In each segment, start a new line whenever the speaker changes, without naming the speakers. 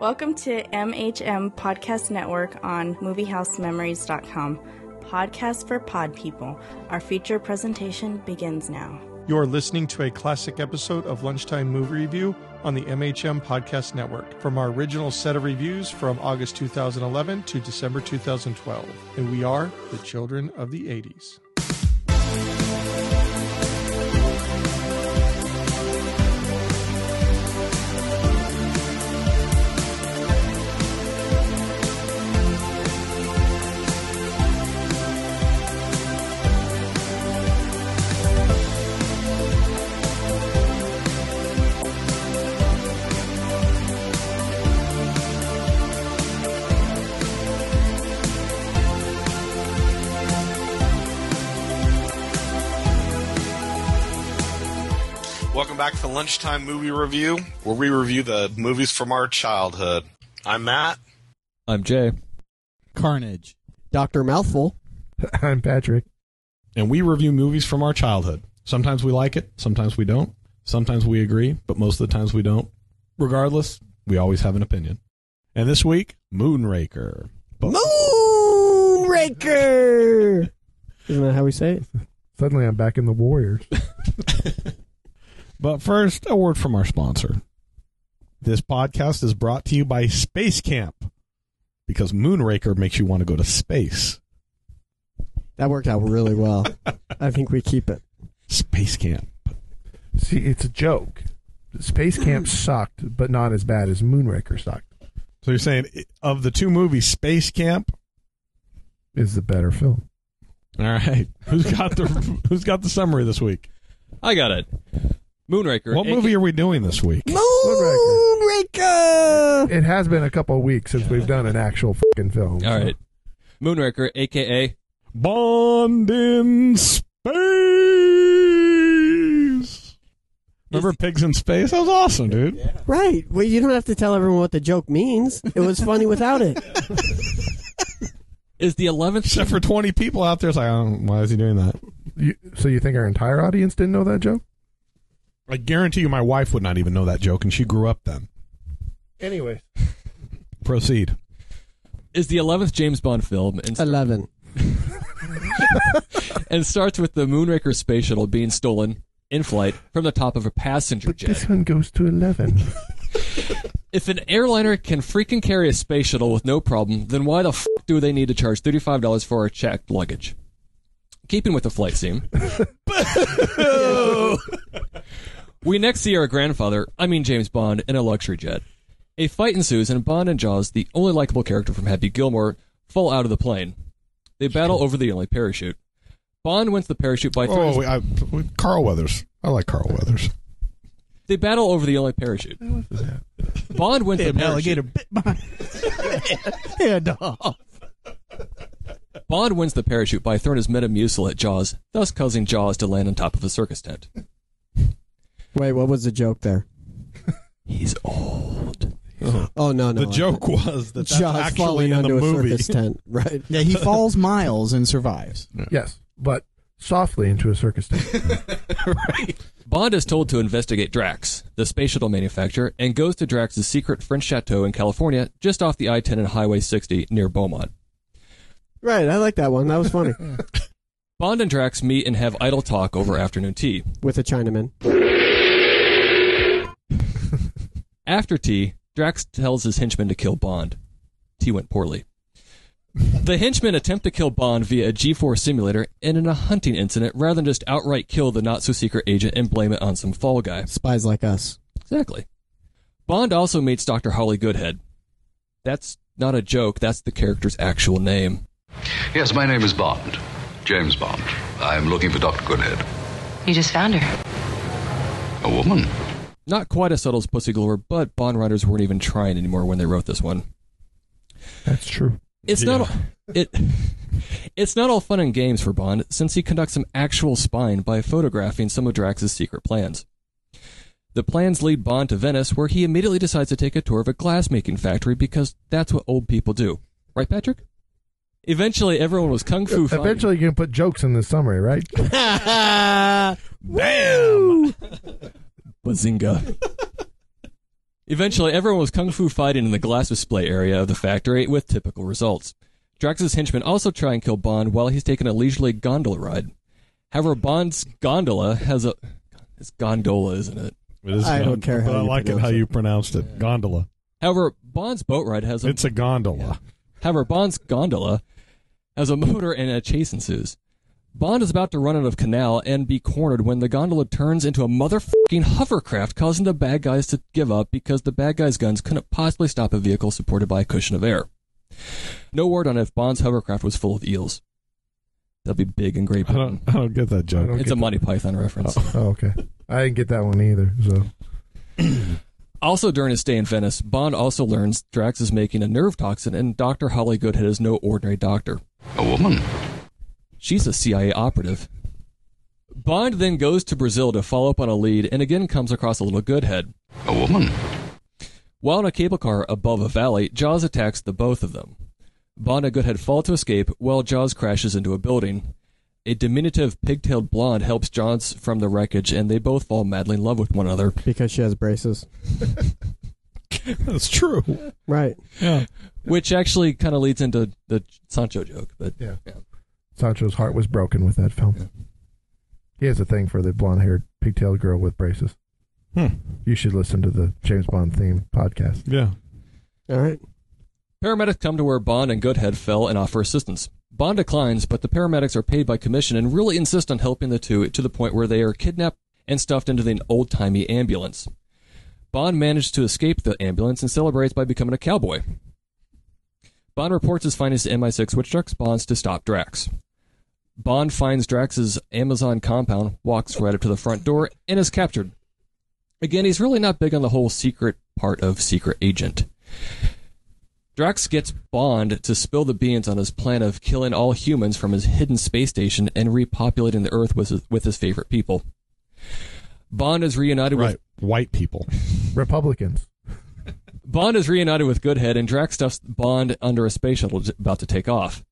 Welcome to MHM Podcast Network on MovieHouseMemories.com. Podcast for pod people. Our feature presentation begins now.
You're listening to a classic episode of Lunchtime Movie Review on the MHM Podcast Network from our original set of reviews from August 2011 to December 2012. And we are the children of the 80s.
Welcome back to Lunchtime Movie Review, where we review the movies from our childhood. I'm Matt.
I'm Jay.
Carnage.
Dr. Mouthful.
I'm Patrick.
and we review movies from our childhood. Sometimes we like it, sometimes we don't. Sometimes we agree, but most of the times we don't. Regardless, we always have an opinion. And this week, Moonraker. But
Moonraker! Isn't that how we say it?
Suddenly I'm back in the Warriors.
But first, a word from our sponsor. This podcast is brought to you by Space Camp because Moonraker makes you want to go to space.
That worked out really well. I think we keep it.
Space Camp.
See, it's a joke. Space Camp sucked, but not as bad as Moonraker sucked.
So you're saying of the two movies, Space Camp.
Is the better film.
All right, who's got the who's got the summary this week?
I got it. Moonraker.
What
A-
movie are we doing this week?
Moonraker!
It has been a couple of weeks since we've done an actual fucking film.
All right. Moonraker, aka
Bond in space. Remember Pigs in Space? That was awesome, dude.
Right. Well, you don't have to tell everyone what the joke means. It was funny without it.
is the eleventh.
Except for 20 people out there, it's like, oh, why is he doing that?
You, so you think our entire audience didn't know that joke?
I guarantee you my wife would not even know that joke, and she grew up then.
Anyway,
Proceed.
Is the eleventh James Bond film, and,
11.
and starts with the Moonraker space shuttle being stolen in flight from the top of a passenger
but
jet.
this one goes to 11.
If an airliner can freaking carry a space shuttle with no problem, then why the f- do they need to charge thirty-five dollars for our checked luggage? Keeping with the flight scene. we next see our grandfather, I mean James Bond, in a luxury jet. A fight ensues, and Bond and Jaws, the only likable character from Happy Gilmore, fall out of the plane. They battle over the only parachute. Bond wins the parachute by throwing.
Oh, I, Carl Weathers. I like Carl Weathers.
They battle over the only parachute. Bond wins the parachute.
bit my head off.
Bond wins the parachute by throwing his metamucil at Jaws, thus causing Jaws to land on top of a circus tent.
Wait, what was the joke there?
He's old.
Oh, no, no.
The joke was that that's
Jaws
actually
falling
in the
onto a
movie.
circus tent. Right.
Yeah, he falls miles and survives.
yes, but softly into a circus tent.
Bond is told to investigate Drax, the space shuttle manufacturer, and goes to Drax's secret French chateau in California, just off the I 10 and Highway 60 near Beaumont.
Right. I like that one. That was funny.
Bond and Drax meet and have idle talk over afternoon tea.
With a Chinaman.
After tea, Drax tells his henchmen to kill Bond. Tea went poorly. The henchmen attempt to kill Bond via a G4 simulator and in a hunting incident rather than just outright kill the not so secret agent and blame it on some fall guy.
Spies like us.
Exactly. Bond also meets Dr. Holly Goodhead. That's not a joke, that's the character's actual name.
Yes, my name is Bond. James Bond. I'm looking for Dr. Goodhead.
You just found her.
A woman?
Not quite as subtle as Pussy Galore, but Bond writers weren't even trying anymore when they wrote this one.
That's true.
It's not it. It's not all fun and games for Bond, since he conducts some actual spying by photographing some of Drax's secret plans. The plans lead Bond to Venice, where he immediately decides to take a tour of a glassmaking factory because that's what old people do, right, Patrick? Eventually, everyone was kung fu. fighting.
Eventually, you can put jokes in the summary, right?
Bam!
Bazinga. Eventually, everyone was kung fu fighting in the glass display area of the factory with typical results. Drax's henchmen also try and kill Bond while he's taking a leisurely gondola ride. However, Bond's gondola has a. It's gondola, isn't it?
It is
I don't
gond-
care how
but I
you
like it
pronounce
how
it.
you pronounced it. Gondola.
However, Bond's boat ride has a.
It's a gondola.
However, Bond's gondola has a motor and a chase ensues. Bond is about to run out of canal and be cornered when the gondola turns into a motherfucking hovercraft, causing the bad guys to give up because the bad guys' guns couldn't possibly stop a vehicle supported by a cushion of air. No word on if Bond's hovercraft was full of eels. That'd be big and great.
I don't. I don't get that
I
joke.
don't-
It's a Monty Python reference.
Oh, okay. I didn't get that one either. So
Also, during his stay in Venice, Bond also learns Drax is making a nerve toxin, and Dr. Holly Goodhead is no ordinary doctor.
A woman?
She's a CIA operative. Bond then goes to Brazil to follow up on a lead and again comes across a little goodhead.
A woman?
While in a cable car above a valley, Jaws attacks the both of them. Bond and Goodhead fall to escape while Jaws crashes into a building. A diminutive pigtailed blonde helps Jaws from the wreckage and they both fall madly in love with one another.
because she has braces.
That's true.
Right.
Yeah.
Which actually kind of leads into the Sancho joke, but
yeah. Sancho's heart was broken with that film. He has a thing for the blonde-haired, pigtailed girl with braces.
Hmm.
You should listen to the James Bond theme podcast.
Yeah.
All right.
Paramedics come to where Bond and Goodhead fell and offer assistance. Bond declines, but the paramedics are paid by commission and really insist on helping the two to the point where they are kidnapped and stuffed into an old timey ambulance. Bond manages to escape the ambulance and celebrates by becoming a cowboy. Bond reports his findings to MI6, which directs Bonds to stop Drax. Bond finds Drax's Amazon compound, walks right up to the front door, and is captured. Again, he's really not big on the whole secret part of Secret Agent. Drax gets Bond to spill the beans on his plan of killing all humans from his hidden space station and repopulating the Earth with his, with his favorite people. Bond is reunited with
Right. White people.
Republicans.
Bond is reunited with Goodhead, and Drax stuffs Bond under a space shuttle j- about to take off.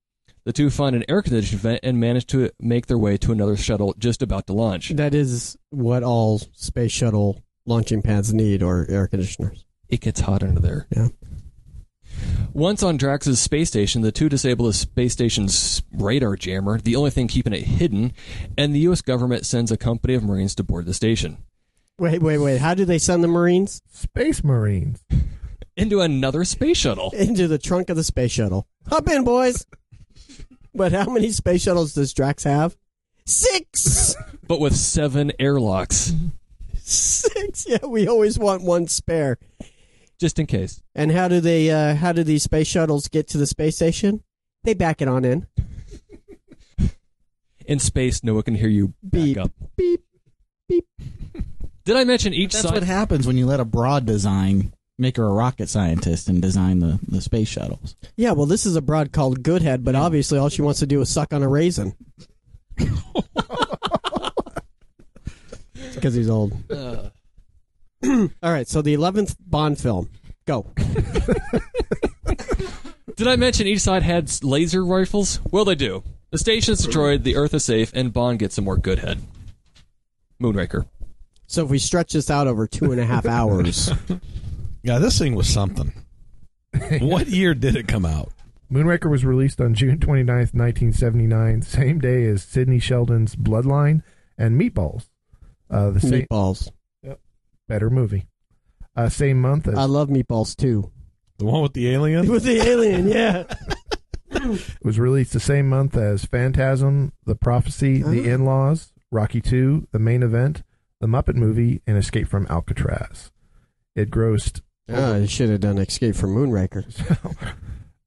The two find an air conditioning vent and manage to make their way to another shuttle just about to launch.
That is what all space shuttle launching pads need, or air conditioners.
It gets hot under there.
Yeah.
Once on Drax's space station, the two disable the space station's radar jammer, the only thing keeping it hidden, and the U.S. government sends a company of Marines to board the station.
Wait, wait, wait. How do they send the Marines
Space Marines.
Into another space shuttle.
into the trunk of the space shuttle? Hop in, boys. but how many space shuttles does Drax have? Six.
but with seven airlocks,
Six. Yeah, we always want one spare.
just in case.
And how do they? Uh, how do these space shuttles get to the space station? They back it on in.
In space, no one can hear you back
Beep.
up.
Beep.
Did I mention each
That's
side?
what happens when you let a broad design make her a rocket scientist and design the, the space shuttles.
Yeah, well, this is a broad called Goodhead, but obviously all she wants to do is suck on a raisin. Because he's old. all right, so the eleventh Bond film. Go.
Did I mention each side had s- laser rifles? Well, they do. The station's destroyed, the Earth is safe, and Bond gets some more good head. Moonraker.
So if we stretch this out over two and a half hours,
Yeah. This thing was something. what year did it come out?
Moonraker was released on June 29th, 1979, same day as Sidney Sheldon's Bloodline and Meatballs. Uh, the same
meatballs.
better movie. Uh, same month as
I love meatballs too.
The one with the alien.
With the alien, yeah.
It was released the same month as Phantasm, The Prophecy, The In Laws, Rocky II, The Main Event, The Muppet Movie, and Escape from Alcatraz. It grossed
Ah, you should have done Escape from Moonraker.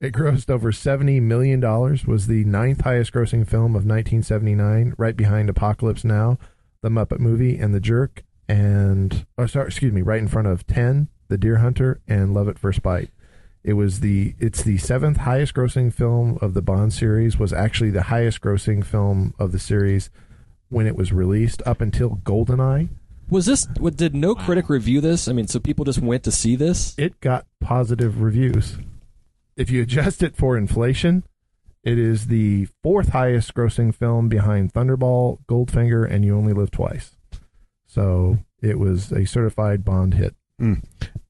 it grossed over seventy million dollars. Was the ninth highest grossing film of 1979, right behind Apocalypse Now, The Muppet Movie, and The Jerk, and oh, sorry, excuse me, right in front of Ten, The Deer Hunter, and Love at First Bite. It was the it's the seventh highest grossing film of the Bond series. Was actually the highest grossing film of the series when it was released up until Goldeneye.
Was this? what- Did no critic review this? I mean, so people just went to see this.
it got positive reviews. If you adjust it for inflation, it is the fourth highest grossing film behind Thunderball, Goldfinger, and You Only Live Twice. So it was a certified Bond hit.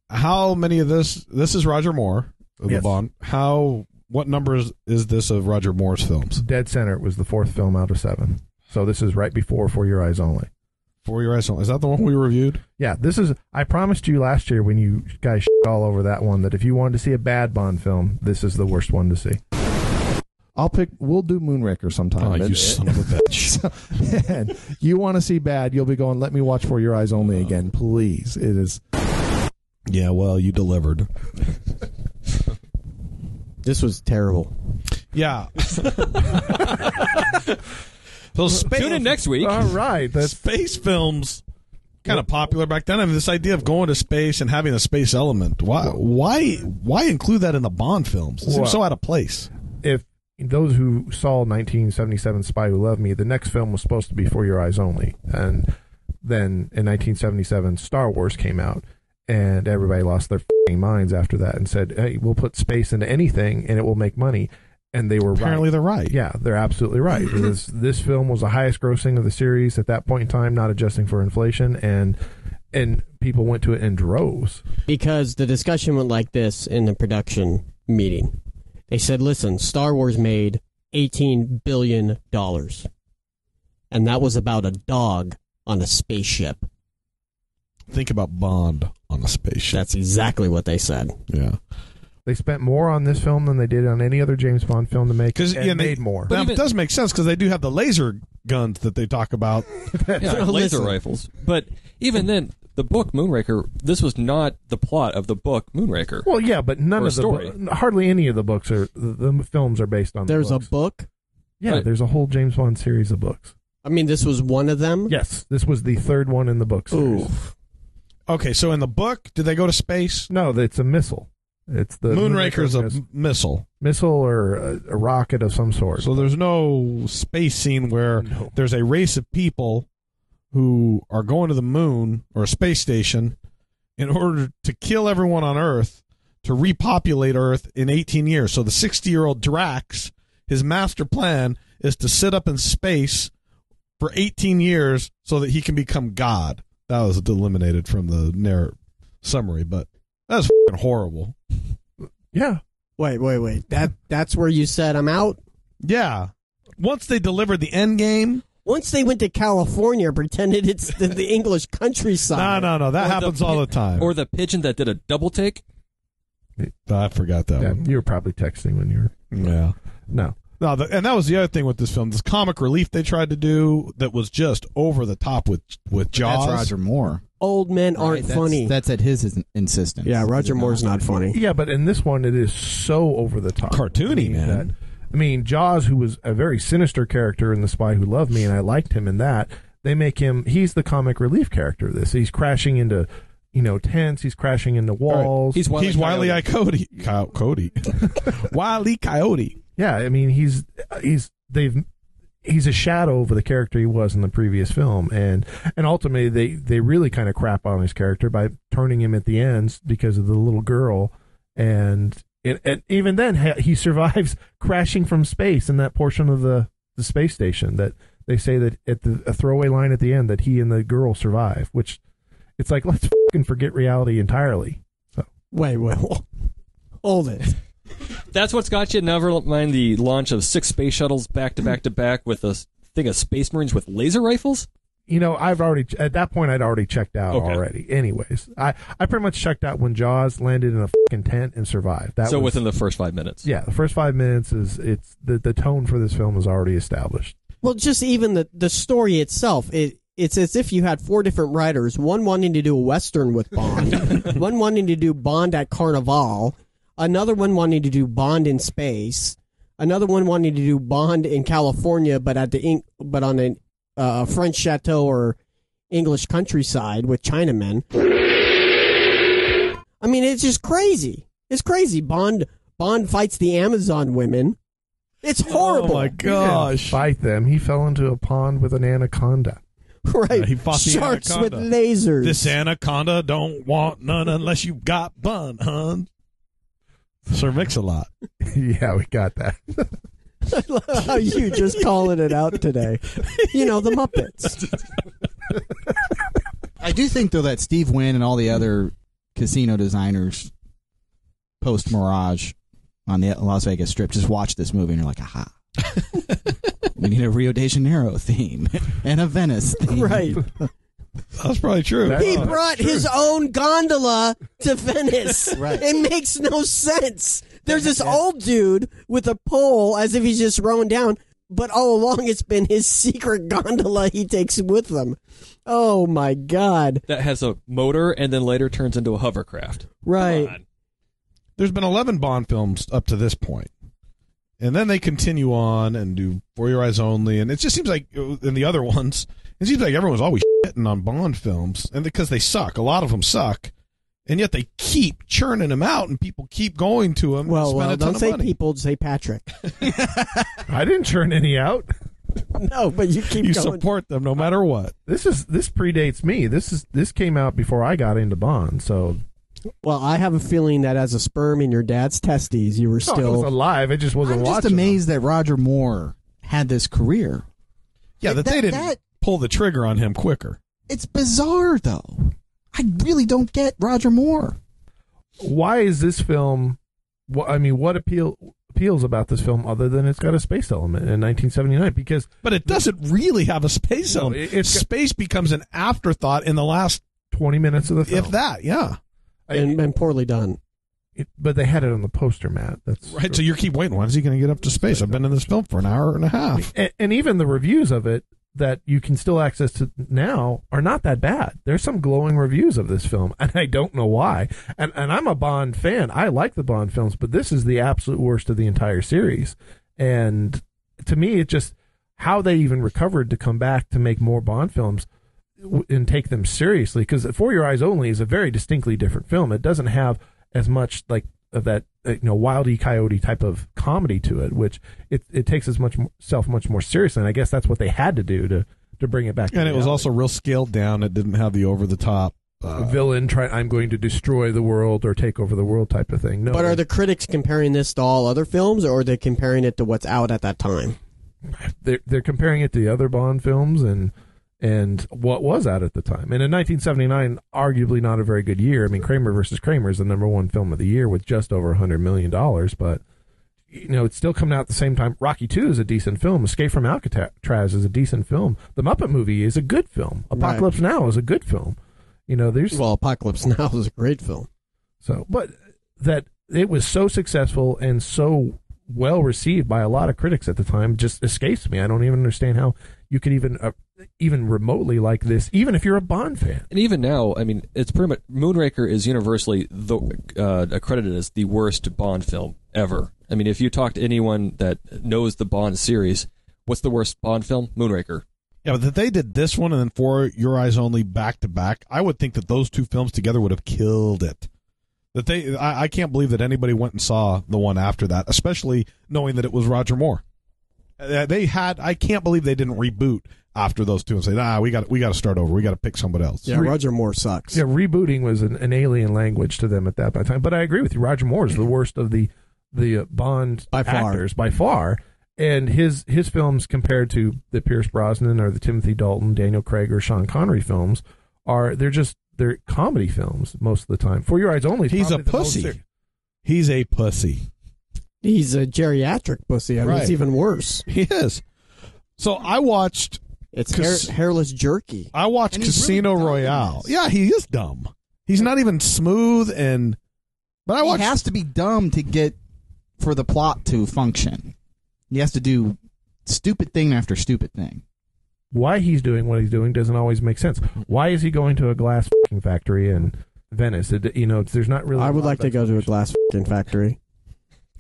how many of this? This is Roger Moore of
Yes.
the Bond. How? What numbers is this of Roger Moore's films?
Dead Center was the fourth film out of seven. So this is right before For Your Eyes Only.
For your eyes, only. is that the one we reviewed?
Yeah, this is. I promised you last year when you guys shit all over that one that if you wanted to see a bad Bond film, this is the worst one to see.
I'll pick. We'll do Moonraker sometime.
Oh, you
And-
son of a bitch!
and you want to see bad, you'll be going. Let me watch for your eyes
Uh,
only again, please. It is.
yeah, well, you delivered.
This was terrible.
Yeah. so space,
Tune in next week.
All right, that's
space films kind of popular back then. I mean, this idea of going to space and having a space element. Why? Why? Why include that in the Bond films? It seems so out of place.
if those who saw 1977 Spy Who Loved Me, the next film was supposed to be For Your Eyes Only, and then in 1977 Star Wars came out, and everybody lost their fing minds after that and said, "Hey, we'll put space into anything, and it will make money." And they were right.
Apparently, they're right.
Yeah, they're absolutely right. this, this film was the highest grossing of the series at that point in time, not adjusting for inflation, and and people went to it in droves.
because the discussion went like this in the production meeting. They said, "Listen, Star Wars made 18 billion dollars. And that was about a dog on a spaceship."
Think about Bond on a spaceship.
That's exactly what they said.
yeah.
They spent more on this film than they did on any other James Bond film to make,
Because
and
yeah, they-
made more.
Now,
even-
it does make sense because they do have the laser guns that they talk about.
yeah,
No,
laser
listen.
rifles. But even then, the book Moonraker, this was not the plot of the book Moonraker.
Well, yeah, but none
Or a
of the
story.
bo- hardly any of the books are the, the films are based on.
There's
the
a
books.
book.
yeah.
Right.
There's a whole James Bond series of books.
I mean, this was one of them.
Yes, this was the third one in the book series.
Ooh.
Okay, so in the book, did they go to space?
No, it's a missile. It's the
Moonraker's a
Moonraker mis-
m- missile.
missile or a, a rocket of some sort.
So there's no space scene where
No.
there's a race of people who are going to the moon or a space station in order to kill everyone on Earth to repopulate Earth in 18 years. So the 60 year old Drax, his master plan is to sit up in space for 18 years so that he can become God. That was eliminated from the narr- summary, but that's fing horrible.
yeah,
Wait, wait, wait. That that's where you said I'm out.
Yeah. Once they delivered the end game,
Once they went to California, and pretended it's the, the English
no,
countryside.
no, no, that
Or the
happens all
pi-
the time.
Or the pigeon that did a double take.
I forgot that
yeah.
one.
You were probably texting when you were
Yeah.
no.
No, the, and that was the other thing with this film. This comic relief they tried to do that was just over the top with with Jaws.
That's Roger Moore.
Old men aren't
Right, that's-
funny.
That's at his ins- insistence.
yeah, Roger Moore's not funny.
Yeah, but in this one, it is so over the top,
Cartoony,
I mean,
man.
that- I mean, Jaws, who was a very sinister character in The Spy Who Loved Me, and I liked him in that. They make him; he's the comic relief character. of This he's crashing into, you know, tents. He's crashing into walls.
He's Wile E.
He's Wiley
Coyote.
I Cody. Coy- Cody. Wiley Coyote.
yeah, I mean, he's he's they've he's a shadow of the character he was in the previous film, and and ultimately they they really kind of crap on his character by turning him at the ends because of the little girl, and and, and even then ha- he survives crashing from space in that portion of the the space station that they say that at the a throwaway line at the end that he and the girl survive, which it's like let's fucking forget reality entirely.
Wait, wait. Hold it.
That's what's got you. Never mind the launch of six space shuttles back to back to back with a s- thing of space marines with laser rifles.
you know, I've already at that point I'd already checked out
Okay.
already. Anyways, I I pretty much checked out when Jaws landed in a fucking tent and survived. That
so
was,
within the first five minutes.
yeah, the first five minutes is it's the the tone for this film is already established.
Well, just even the the story itself, it it's as if you had four different writers, one wanting to do a western with Bond, one wanting to do Bond at Carnival, another one wanting to do Bond in space, another one wanting to do Bond in California, but at the Eng- but on a uh, French chateau or English countryside with Chinamen. I mean, it's just crazy. It's crazy. Bond Bond fights the Amazon women. It's horrible.
Oh my gosh.
Fight them. He fell into a pond with an anaconda.
Right.
Uh, he fought the
Sharks with
anaconda.
lasers.
This anaconda don't want none unless you got bun, hun. Sir Mix-a-Lot.
yeah, we got that.
I love how you just calling it out today. You know, the Muppets.
I do think though that Steve Wynn and all the other casino designers post Mirage on the Las Vegas Strip just watch this movie and you're like, aha. we need a Rio de Janeiro theme and a Venice theme.
Right.
That's probably true.
He brought his own gondola to Venice.
Right.
It makes no sense. There's this old dude with a pole as if he's just rowing down, but all along it's been his secret gondola he takes with him. Oh my god.
that has a motor and then later turns into a hovercraft.
Right.
Come on.
There's been 11 Bond films up to this point. And then they continue on and do For Your Eyes Only. And it just seems like, in the other ones, it seems like everyone's always shitting on Bond films. And because they suck, a lot of them suck. And yet they keep churning them out and people keep going to them. and
Well,
spend
well,
a ton
don't
of
say
money.
people, say Patrick.
I didn't turn any out.
No, but you keep
You
going.
support them no matter what.
This is this predates me. This is this came out before I got into Bond, so
well, I have a feeling that as a sperm in your dad's testes,
Oh,
you were
No, I was
still.
alive. I just wasn't
I'm just
watching. them.
amazed that Roger Moore had this career.
Yeah, that, they
That-
didn't
that-
pull the trigger on him quicker.
It's bizarre, though. I really don't get Roger Moore.
Why is this film? wh- I mean, what appeal appeals about this film other than it's got a space element in 1979? Because
But it doesn't really have a space
No,
element.
it- it's got-
space becomes an afterthought in the last,
20 minutes of the film,
if that, yeah.
And, and poorly done.
It- but they had it on the poster, Matt. That's
Right, so you keep waiting. When's he going to get up to space? I've been in this film for an hour and a half.
and, and even the reviews of it that you can still access to now are not that bad. There's some glowing reviews of this film, and I don't know why. And and I'm a Bond fan. I like the Bond films, but this is the absolute worst of the entire series. And to me, it just how they even recovered to come back to make more Bond films w- and take them seriously because For Your Eyes Only is a very distinctly different film. It doesn't have as much like of that uh, you know wild e coyote type of comedy to it, which it it takes as much mo- self much more seriously. And I guess that's what they had to do to to bring it back. to
And it was
reality.
also real scaled down. It didn't have the over the top.
a
Uh,
villain try I'm going to destroy the world or take over the world type of thing. No,
But are the critics comparing this to all other films, or are they comparing it to what's out at that time?
they're they're comparing it to the other Bond films and and what was out at the time. And in 1979, arguably not a very good year. I mean, Kramer versus Kramer is the number one film of the year with just over 100 million dollars, but you know it's still coming out at the same time. Rocky Two is a decent film. Escape from Alcatraz is a decent film. The Muppet Movie is a good film. Apocalypse Now is a good film. You know, there's
Well, Apocalypse Now is a great film.
so, but that it was so successful and so well received by a lot of critics at the time just escapes me. I don't even understand how you could even uh, even remotely like this, even if you're a Bond fan.
And even now, I mean, it's pretty much Moonraker is universally the, uh, accredited as the worst Bond film ever. I mean, if you talk to anyone that knows the Bond series, what's the worst Bond film? Moonraker.
yeah, but that they did this one and then For Your Eyes Only back to back. I would think that those two films together would have killed it. That they, I, I can't believe that anybody went and saw the one after that, especially knowing that it was Roger Moore. Uh, They had, I can't believe they didn't reboot after those two and say, Nah, we got, we got to start over. We got to pick somebody else.
Yeah, Roger Moore sucks.
Yeah, rebooting was an, an alien language to them at that time. But I agree with you. Roger Moore is the worst of the the uh, Bond
By far.
actors by far, and his his films compared to the Pierce Brosnan or the Timothy Dalton, Daniel Craig or Sean Connery films are they're just they're comedy films most of the time. For Your Eyes Only, is
He's
probably
a
the most
pussy.
ser-
He's a pussy.
He's a geriatric pussy. I mean,
Right.
it's even worse.
He is. So I watched
It's
Cause-
hair, hairless jerky.
I watched
And he's really
Casino
dumb in
Royale.
this.
Yeah, he is dumb. He's not even smooth and. But I watched.
He has to be dumb to get for the plot to function. He has to do stupid thing after stupid thing.
why he's doing what he's doing doesn't always make sense. Why is he going to a glass fing factory in Venice? It, you know, it's- there's not really.
I
a
would
lot
like
of
to go to a glass fucking factory.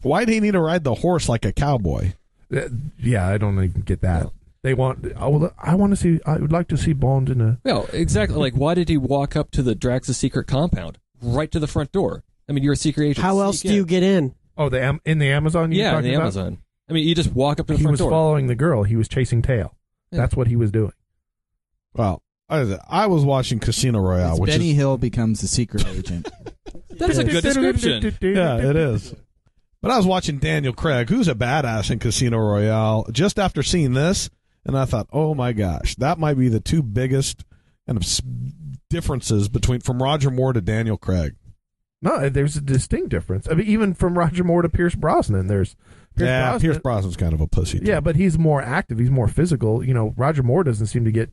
why did he need to ride the horse like a cowboy?
that- Uh, yeah, I don't even get that. They want. I, would, I want to see. I would like to see Bond in a.
Well, exactly. like, why did he walk up to the Drax's secret compound right to the front door? I mean, you're a secret agent.
How
Sneak
else do
in.
you get in?
Oh, the Am- in the Amazon. you were
Yeah, in
talking
the
about?
Amazon. I mean, you just walk up to the
He
front
was
door.
following the girl. He was chasing tail.
Yeah.
That's what he was doing.
Well, I, I was watching Casino Royale,
It's
which
Benny
is
Hill becomes the secret agent.
That's a good description.
yeah, it is. But I was watching Daniel Craig, who's a badass in Casino Royale, just after seeing this, and I thought, oh my gosh, that might be the two biggest kind of s- differences between from Roger Moore to Daniel Craig.
No, there's a distinct difference. I mean, even from Roger Moore to Pierce Brosnan, there's Pierce
yeah,
Brosnan-
Pierce Brosnan's kind of a pussy.
yeah, but he's more active. He's more physical. You know, Roger Moore doesn't seem to get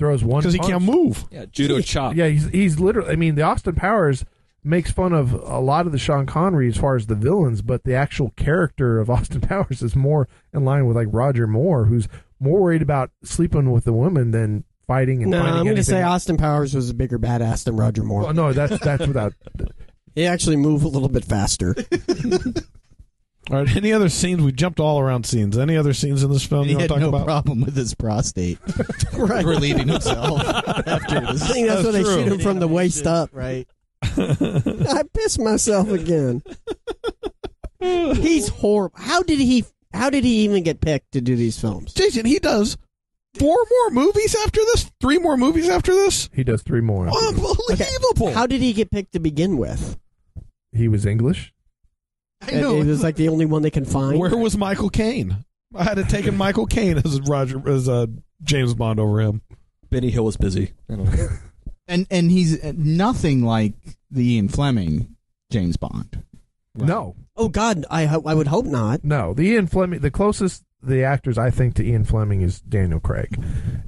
throws one
because he
punch.
can't move.
Yeah, judo chop.
Yeah, he's he's literally. I mean, the Austin Powers makes fun of a lot of the Sean Connery as far as the villains, but the actual character of Austin Powers is more in line with like Roger Moore, who's more worried about sleeping with the woman than fighting and
No,
finding
I'm going to
anything.
say Austin Powers was a bigger badass than Roger Moore.
Well, no, that's that's without.
He actually moved a little bit faster.
All right. Any other scenes? We jumped all around scenes. Any other scenes in this film
He
you want
had
to talk
no
about?
problem with his prostate
right.
relieving himself after
I
this.
think that's,
That's
why they
true.
shoot him from the waist up.
Right.
I pissed myself again. He's horrible. How did he? How did he even get picked to do these films?
Jason, he does four more movies after this. Three more movies after this.
He does three more.
Unbelievable.
How did he get picked to begin with?
He was English.
I It was like the only one they can find.
Where was Michael Caine? I had taken Michael Caine as Roger as uh, James Bond over him.
Benny Hill was busy. I don't know.
and and he's uh, nothing like the Ian Fleming James Bond.
No,
Oh God, I ho- I would hope not.
no. The Ian Fleming, the closest the actors I think to Ian Fleming is Daniel Craig,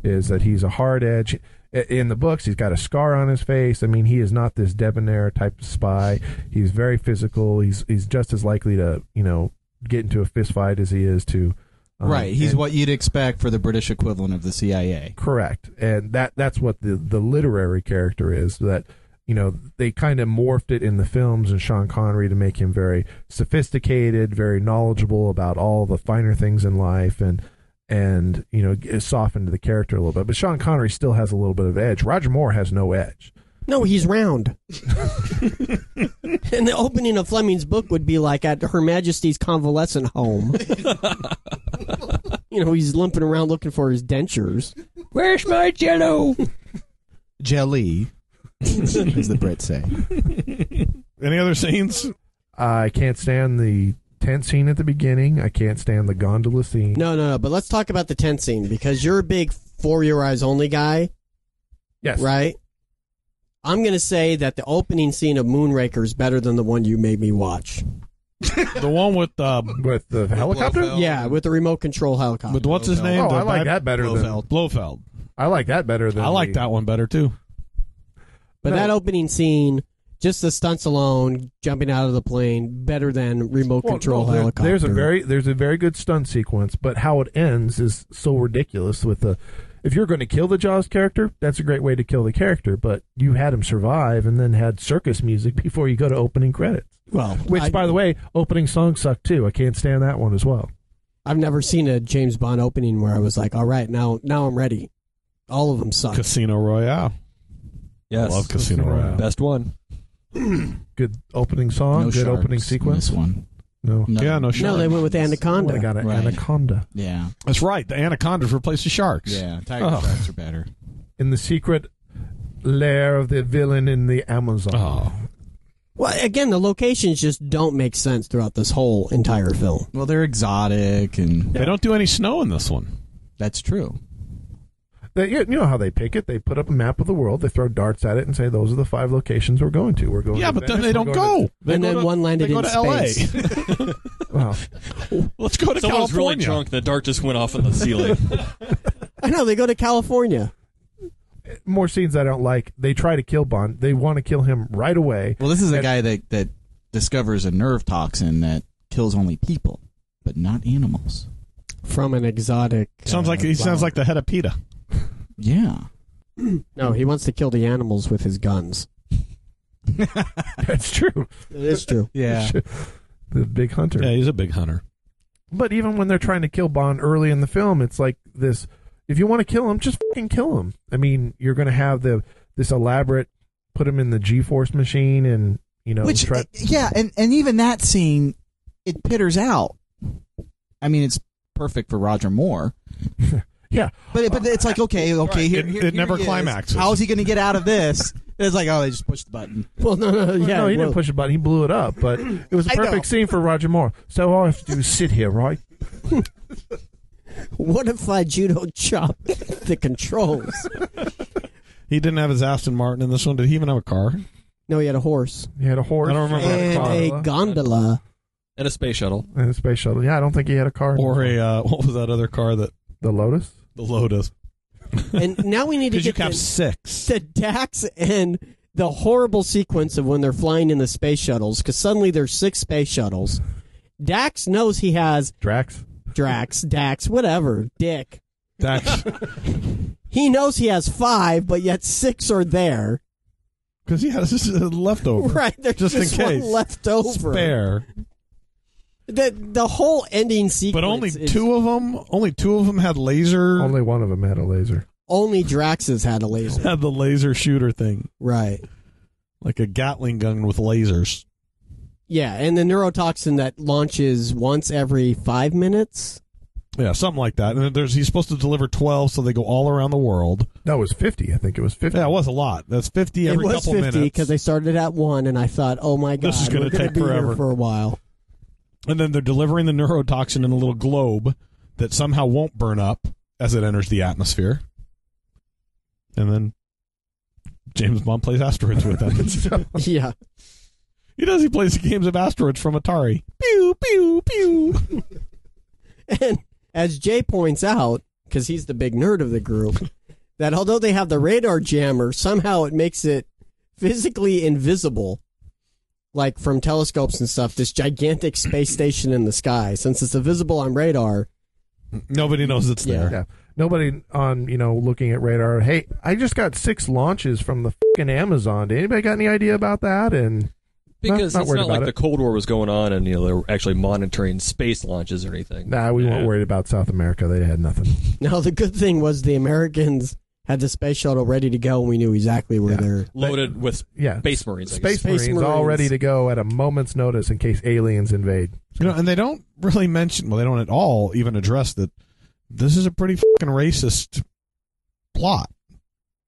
is that he's a hard edge. I- In the books, he's got a scar on his face. I mean, he is not this debonair type of spy. He's very physical. He's he's just as likely to you know get into a fist fight as he is to
Oh,
um,
right, he's
and-
what you'd expect for the British equivalent of the CIA.
correct, and that that's what the the literary character is that. You know, they kind of morphed it in the films and Sean Connery to make him very sophisticated, very knowledgeable about all the finer things in life, and and you know it softened the character a little bit. But Sean Connery still has a little bit of edge. Roger Moore has no edge.
No, he's round. and the opening of Fleming's book would be like at Her Majesty's convalescent home. you know, he's limping around looking for his dentures.
Where's my jello?
Jelly, as the Brits say.
Any other scenes?
I can't stand the tent scene at the beginning. I can't stand the gondola scene.
No, no, no. But let's talk about the tent scene because you're a big for your eyes only guy,
yes,
right? I'm gonna say that the opening scene of Moonraker is better than the one you made me watch.
The one with uh,
with the helicopter.
Oh.
Blofeld.
Yeah, with the remote control helicopter.
with what's his name?
Oh,
The
I like
bad-
that better than
Blofeld.
Blofeld.
I like that better than
I like
the-
that one better too.
But
No.
that opening scene, just the stunts alone, jumping out of the plane, better than remote
Well,
control
no, there-
helicopter.
There's a very there's a very good stunt sequence, but how it ends is so ridiculous with the if you're going to kill the Jaws character, that's a great way to kill the character, but you had him survive and then had circus music before you go to opening credits.
well,
Which
I,
by the way, opening songs suck too. I can't stand that one as well.
I've never seen a James Bond opening where I was like, "All right, now, now I'm ready." All of them suck.
Casino Royale.
Yes.
Love Casino
Casino
Royale.
Best one.
Good opening song,
no
good
sharks
opening
in
sequence.
This one.
No. Oh,
Yeah, no
No,
sharks.
they went with
I
Anaconda.
got an
Right.
anaconda.
Yeah,
That's right. The anacondas replaced the sharks.
yeah. Tiger
Oh.
sharks are better.
In the secret lair of the villain in the Amazon.
Oh,
Well, again, the locations just don't make sense throughout this whole entire film.
Well, they're exotic, and
they don't do any snow in this one.
that's true.
They, you know how they pick it. They put up a map of the world. They throw darts at it and say, "Those are the five locations we're going to. We're going."
Yeah,
to
but then
Venice,
they
we're
don't
going
go. They
And
go
then
to-
one landed
they go
in
to
space.
LA.
to- wow.
Let's go to
Someone's
California.
really drunk. The dart just went off on the ceiling.
I know they go to California.
More scenes I don't like. They try to kill Bond. They want to kill him right away.
Well, this is a guy that that discovers a nerve toxin that kills only people, but not animals.
from an exotic.
Sounds
uh,
like he sounds
flower.
like the head of PETA.
Yeah.
no. He wants to kill the animals with his guns.
That's true.
It is true.
Yeah.
The big hunter.
Yeah, he's a big hunter.
But even when they're trying to kill Bond early in the film, it's like this: if you want to kill him, just fucking kill him. I mean, you're going to have the this elaborate put him in the G-force machine and you know
Which
try.
yeah, and and even that scene it pitters out. I mean, it's perfect for Roger Moore.
yeah,
But it, but it's like okay, okay,
Right.
here,
It-
here- here
it never
he is.
climaxes.
How is he going to get out of this? It's like oh, they just pushed the button.
Well, no, no, yeah.
no, he
well,
didn't push a button. He blew it up, but it was a
I know.
perfect scene for Roger Moore. So all I have to do is sit here, right?
What if I judo chop the controls?
He didn't have his Aston Martin in this one. Did he even have a car?
No, he had a horse
He had a horse.
I don't remember
and
what
and a
gondola.
gondola.
And a space shuttle.
and a space shuttle. Yeah, I don't think he had a car.
Or a uh, what was that other car that
the Lotus.
the Lotus?
And now we need to
Because you
get
have
the,
six.
to Dax and the horrible sequence of when they're flying in the space shuttles because suddenly there's six space shuttles. Dax knows he has
Drax.
Drax, Dax, whatever, Dick.
That's
He knows he has five, but yet six are there.
because he had this is leftover.
Right, there's
Just
just,
in case.
one left over.
Spare,
The the whole ending sequence,
but only
is-
two of them. Only two of them had laser.
Only one of them had a laser.
Only Drax's had a laser.
had the laser shooter thing,
right.
like a Gatling gun with lasers.
Yeah, and the neurotoxin that launches once every five minutes.
Yeah, something like that. And then there's he's supposed to deliver twelve, so they go all around the world.
No, it was fifty. I think it was fifty.
Yeah, it was a lot. That's fifty every
it was
couple
fifty
minutes.
because they started at one, and I thought, oh my god,
This is
going
gonna
to
take
be
forever.
here for a while.
and then they're delivering the neurotoxin in a little globe that somehow won't burn up as it enters the atmosphere. And then James Bond plays asteroids with them.
Yeah,
he does. He plays games of asteroids from Atari. Pew pew pew.
and as Jay points out, because he's the big nerd of the group, that although they have the radar jammer, somehow it makes it physically invisible, like from telescopes and stuff. This gigantic space station in the sky, since it's invisible on radar.
Nobody knows it's there.
Yeah. Nobody on you know looking at radar. Hey, I just got six launches from the fucking Amazon. Did anybody got any idea about that? And
Because
not
it's
worried
not
about
like
it.
the Cold War was going on and you know they were actually monitoring space launches or anything.
nah, we
Yeah.
weren't worried about South America. They had nothing.
Now the good thing was the Americans had the space shuttle ready to go, and we knew exactly where
Yeah.
they're.
Loaded with
Yeah,
space marines. I
space,
guess.
Space
marines, all
Marines.
ready to go at a moment's notice in case aliens invade.
You know, and they don't really mention. Well, they don't at all even address that. This is a pretty fucking racist plot.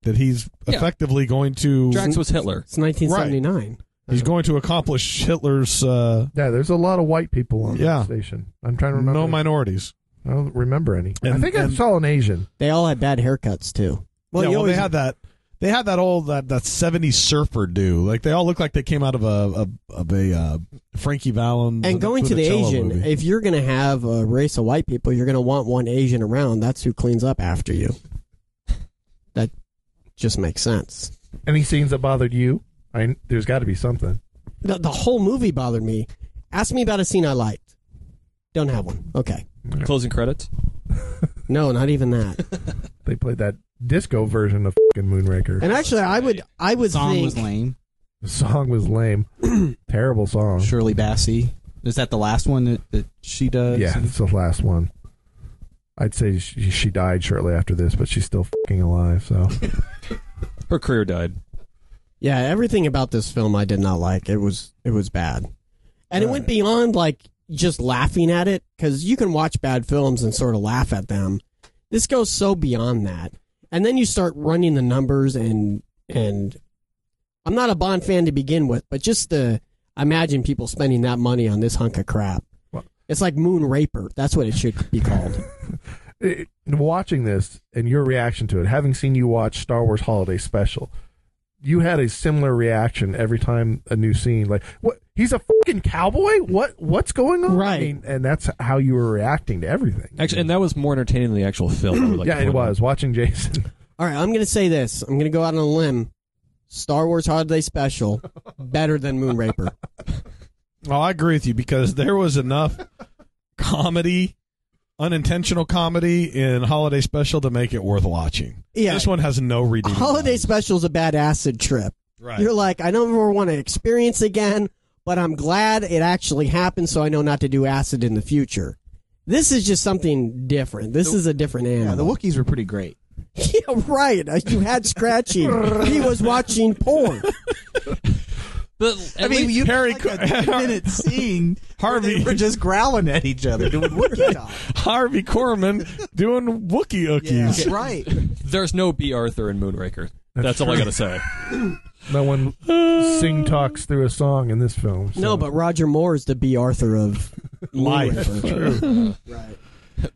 That he's
Yeah.
effectively going to
Drax was Hitler.
It's 1979.
he's going to accomplish Hitler's uh,
Yeah, there's a lot of white people on
Yeah.
the station. I'm trying to remember.
no minorities.
I don't remember any. I
And-
think I
and-
saw an Asian.
They all had bad haircuts too.
Well,
you
yeah, well they
always-
had that. They had that old that that '70s surfer dude. Like they all look like they came out of a a, of a uh, Frankie Vallon
And going to the
Funicello
Asian,
movie.
if you're going to have a race of white people, you're going to want one Asian around. That's who cleans up after you. That just makes sense.
Any scenes that bothered you? I there's got to be something.
The, the whole movie bothered me. Ask me about a scene I liked. Don't have one. Okay.
Closing credits.
No, not even that.
They played that disco version of fucking Moonraker.
And actually, I would, I would
Song
think
was lame.
The song was lame. Terrible song.
Shirley Bassey. Is that the last one that, that she does?
Yeah, it's the last one. I'd say she, she died shortly after this, but she's still fucking alive. So
Her career died.
Yeah, everything about this film I did not like. It was it was bad, and it went beyond like just laughing at it because you can watch bad films and sort of laugh at them. This goes so beyond that, and then you start running the numbers and and I'm not a Bond fan to begin with, but just the imagine people spending that money on this hunk of crap.
Well-
It's like Moon Raper. That's what it should be called.
it- watching this and your reaction to it, having seen you watch Star Wars Holiday Special, you had a similar reaction every time a new scene. Like, what? He's a fucking cowboy. What? What's going on?
Right.
I mean, and that's how you were reacting to everything.
Actually, and that was more entertaining than the actual film. I would like
yeah,
to
it
point out.
was watching Jason.
All right, I'm going to say this. I'm going to go out on a limb. Star Wars Holiday Special better than Moon Raper.
Oh, I agree with you because there was enough comedy, unintentional comedy in Holiday Special to make it worth watching.
Yeah.
this one has no
A
redeeming.
holiday
lines.
special's a bad acid trip.
right?
You're like, I don't ever want to experience again, but I'm glad it actually happened so I know not to do acid in the future. This is just something different. This is a different
Yeah, the
animal.
Wookiees were pretty great.
Yeah, right. Uh, You had Scratchy. he was watching porn.
But at
I mean,
least-
you
Harry
Harry like a
Cor-
minute scene.
Harvey-
Harvey they were just growling at each other doing Wookiee talk.
Harvey Corman doing Wookie Ookies.
Yeah, right.
there's no B. Arthur in Moonraker. That's, all I gotta say.
no one sing talks through a song in this film. so-
No, but Roger Moore is the B. Arthur of Moon
Life.
Raper.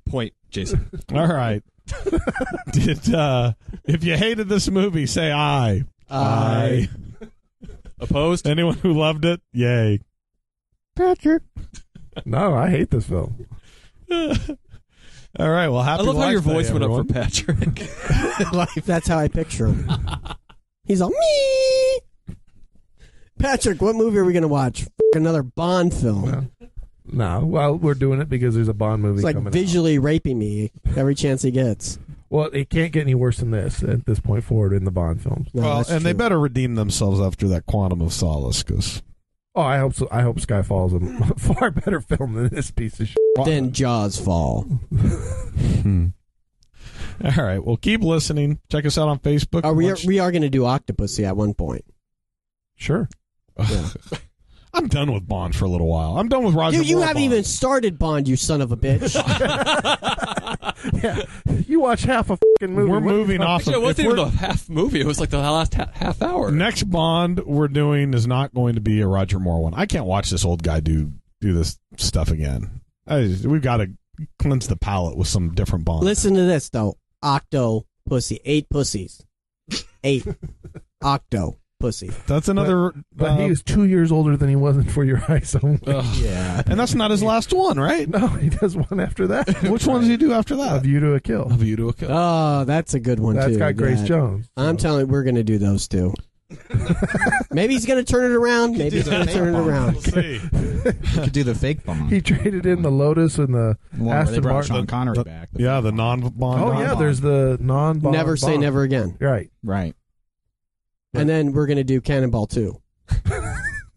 Point, Jason.
All right. Did uh, if you hated this movie, say aye.
Aye.
Opposed?
Anyone who loved it, yay.
Patrick.
No, I hate this film.
All right. Well,
I
happy
love how your
Life Day,
voice went up
everyone.
for Patrick.
Like, That's how I picture him. He's all me. Patrick, what movie are we gonna watch? F- Another Bond film.
No, well, we're doing it because there's a Bond movie
it's like
coming out.
visually raping me every chance he gets.
Well, it can't get any worse than this at this point forward in the Bond films.
No,
well, and
that's
they
true.
better redeem themselves after that Quantum of Solace, because
Oh, I hope so. I hope Skyfall's a far better film than this piece of shit.
then Jaws fall.
Hmm. all right. Well, keep listening. Check us out on Facebook.
Are we?
Lunch-
we are going to do Octopussy at one point.
Sure.
I'm done with Bond for a little while. I'm done with Roger.
Dude, you
Moore
haven't
Bond.
even started Bond, you son of a bitch.
Yeah, you watch half a fucking movie.
We're
What are you
moving
talking-
off.
Actually, it
of,
wasn't
if
even
we're-
the half movie. It was like the last ha- half hour.
next Bond we're doing is not going to be a Roger Moore one. I can't watch this old guy do do this stuff again. I just- we've got to cleanse the palate with some different Bond.
Listen to this though. Octo pussy. Eight pussies. Eight. Octo pussy.
That's another.
But
uh,
he was two years older than he was in For Your Eyes Only.
Uh, Yeah.
and that's not his last one, right?
no, he does one after that.
Which one does he do after
A
that?
View to a Kill.
View to a Kill.
Oh, that's a good one
That's
too.
got Grace
Yeah.
Jones.
I'm telling you, we're going to do those two. maybe he's going to turn it around. Maybe he's going to turn it around.
see.
You could do the fake Bond.
He traded in the Lotus and the
The one where they
Aston
brought
Martin-
Sean
the-
Connery
the-
back.
Yeah, the non-Bond.
Oh
Bond.
yeah, there's the non. Bond
Never say never again.
Right.
Right.
And then we're going to do Cannonball 2.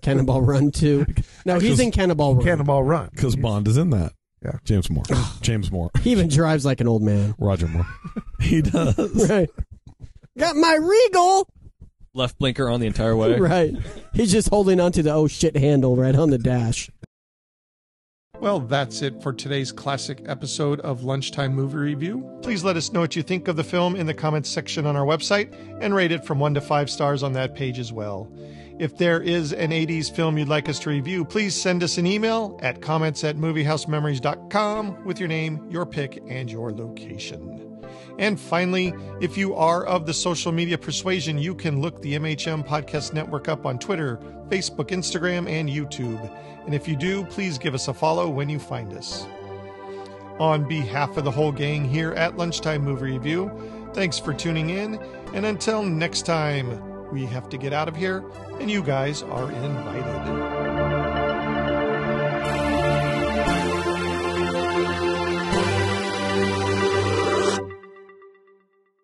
Cannonball Run 2. No, he's in Cannonball Run.
Cannonball Run.
because Bond is in that.
Yeah.
James Moore. James Moore.
He even drives like an old man.
Roger Moore. he does.
Right. Got my Regal.
Left blinker on the entire way.
Right. He's just holding onto the oh shit handle right on the dash.
Well, that's it for today's classic episode of Lunchtime Movie Review.
Please let us know what you think of the film in the comments section on our website and rate it from 1 to 5 stars on that page as well. If there is an 80s film you'd like us to review, please send us an email at comments at moviehousememories.com with your name, your pick, and your location. And finally, if you are of the social media persuasion, you can look the MHM Podcast Network up on Twitter, Facebook, Instagram, and YouTube. And if you do, please give us a follow when you find us. On behalf of the whole gang here at Lunchtime Movie Review, thanks for tuning in, and until next time, we have to get out of here, and you guys are invited.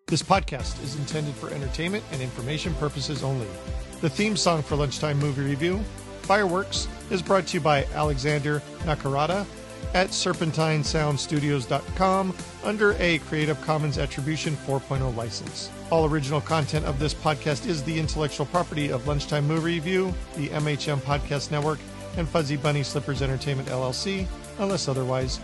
This podcast is intended for entertainment and information purposes only. The theme song for Lunchtime Movie Review, Fireworks, is brought to you by Alexander Nakarada at serpentinesoundstudios.com under a Creative Commons Attribution 4.0 license. All original content of this podcast is the intellectual property of Lunchtime Movie Review, the MHM Podcast Network, and Fuzzy Bunny Slippers Entertainment LLC, unless otherwise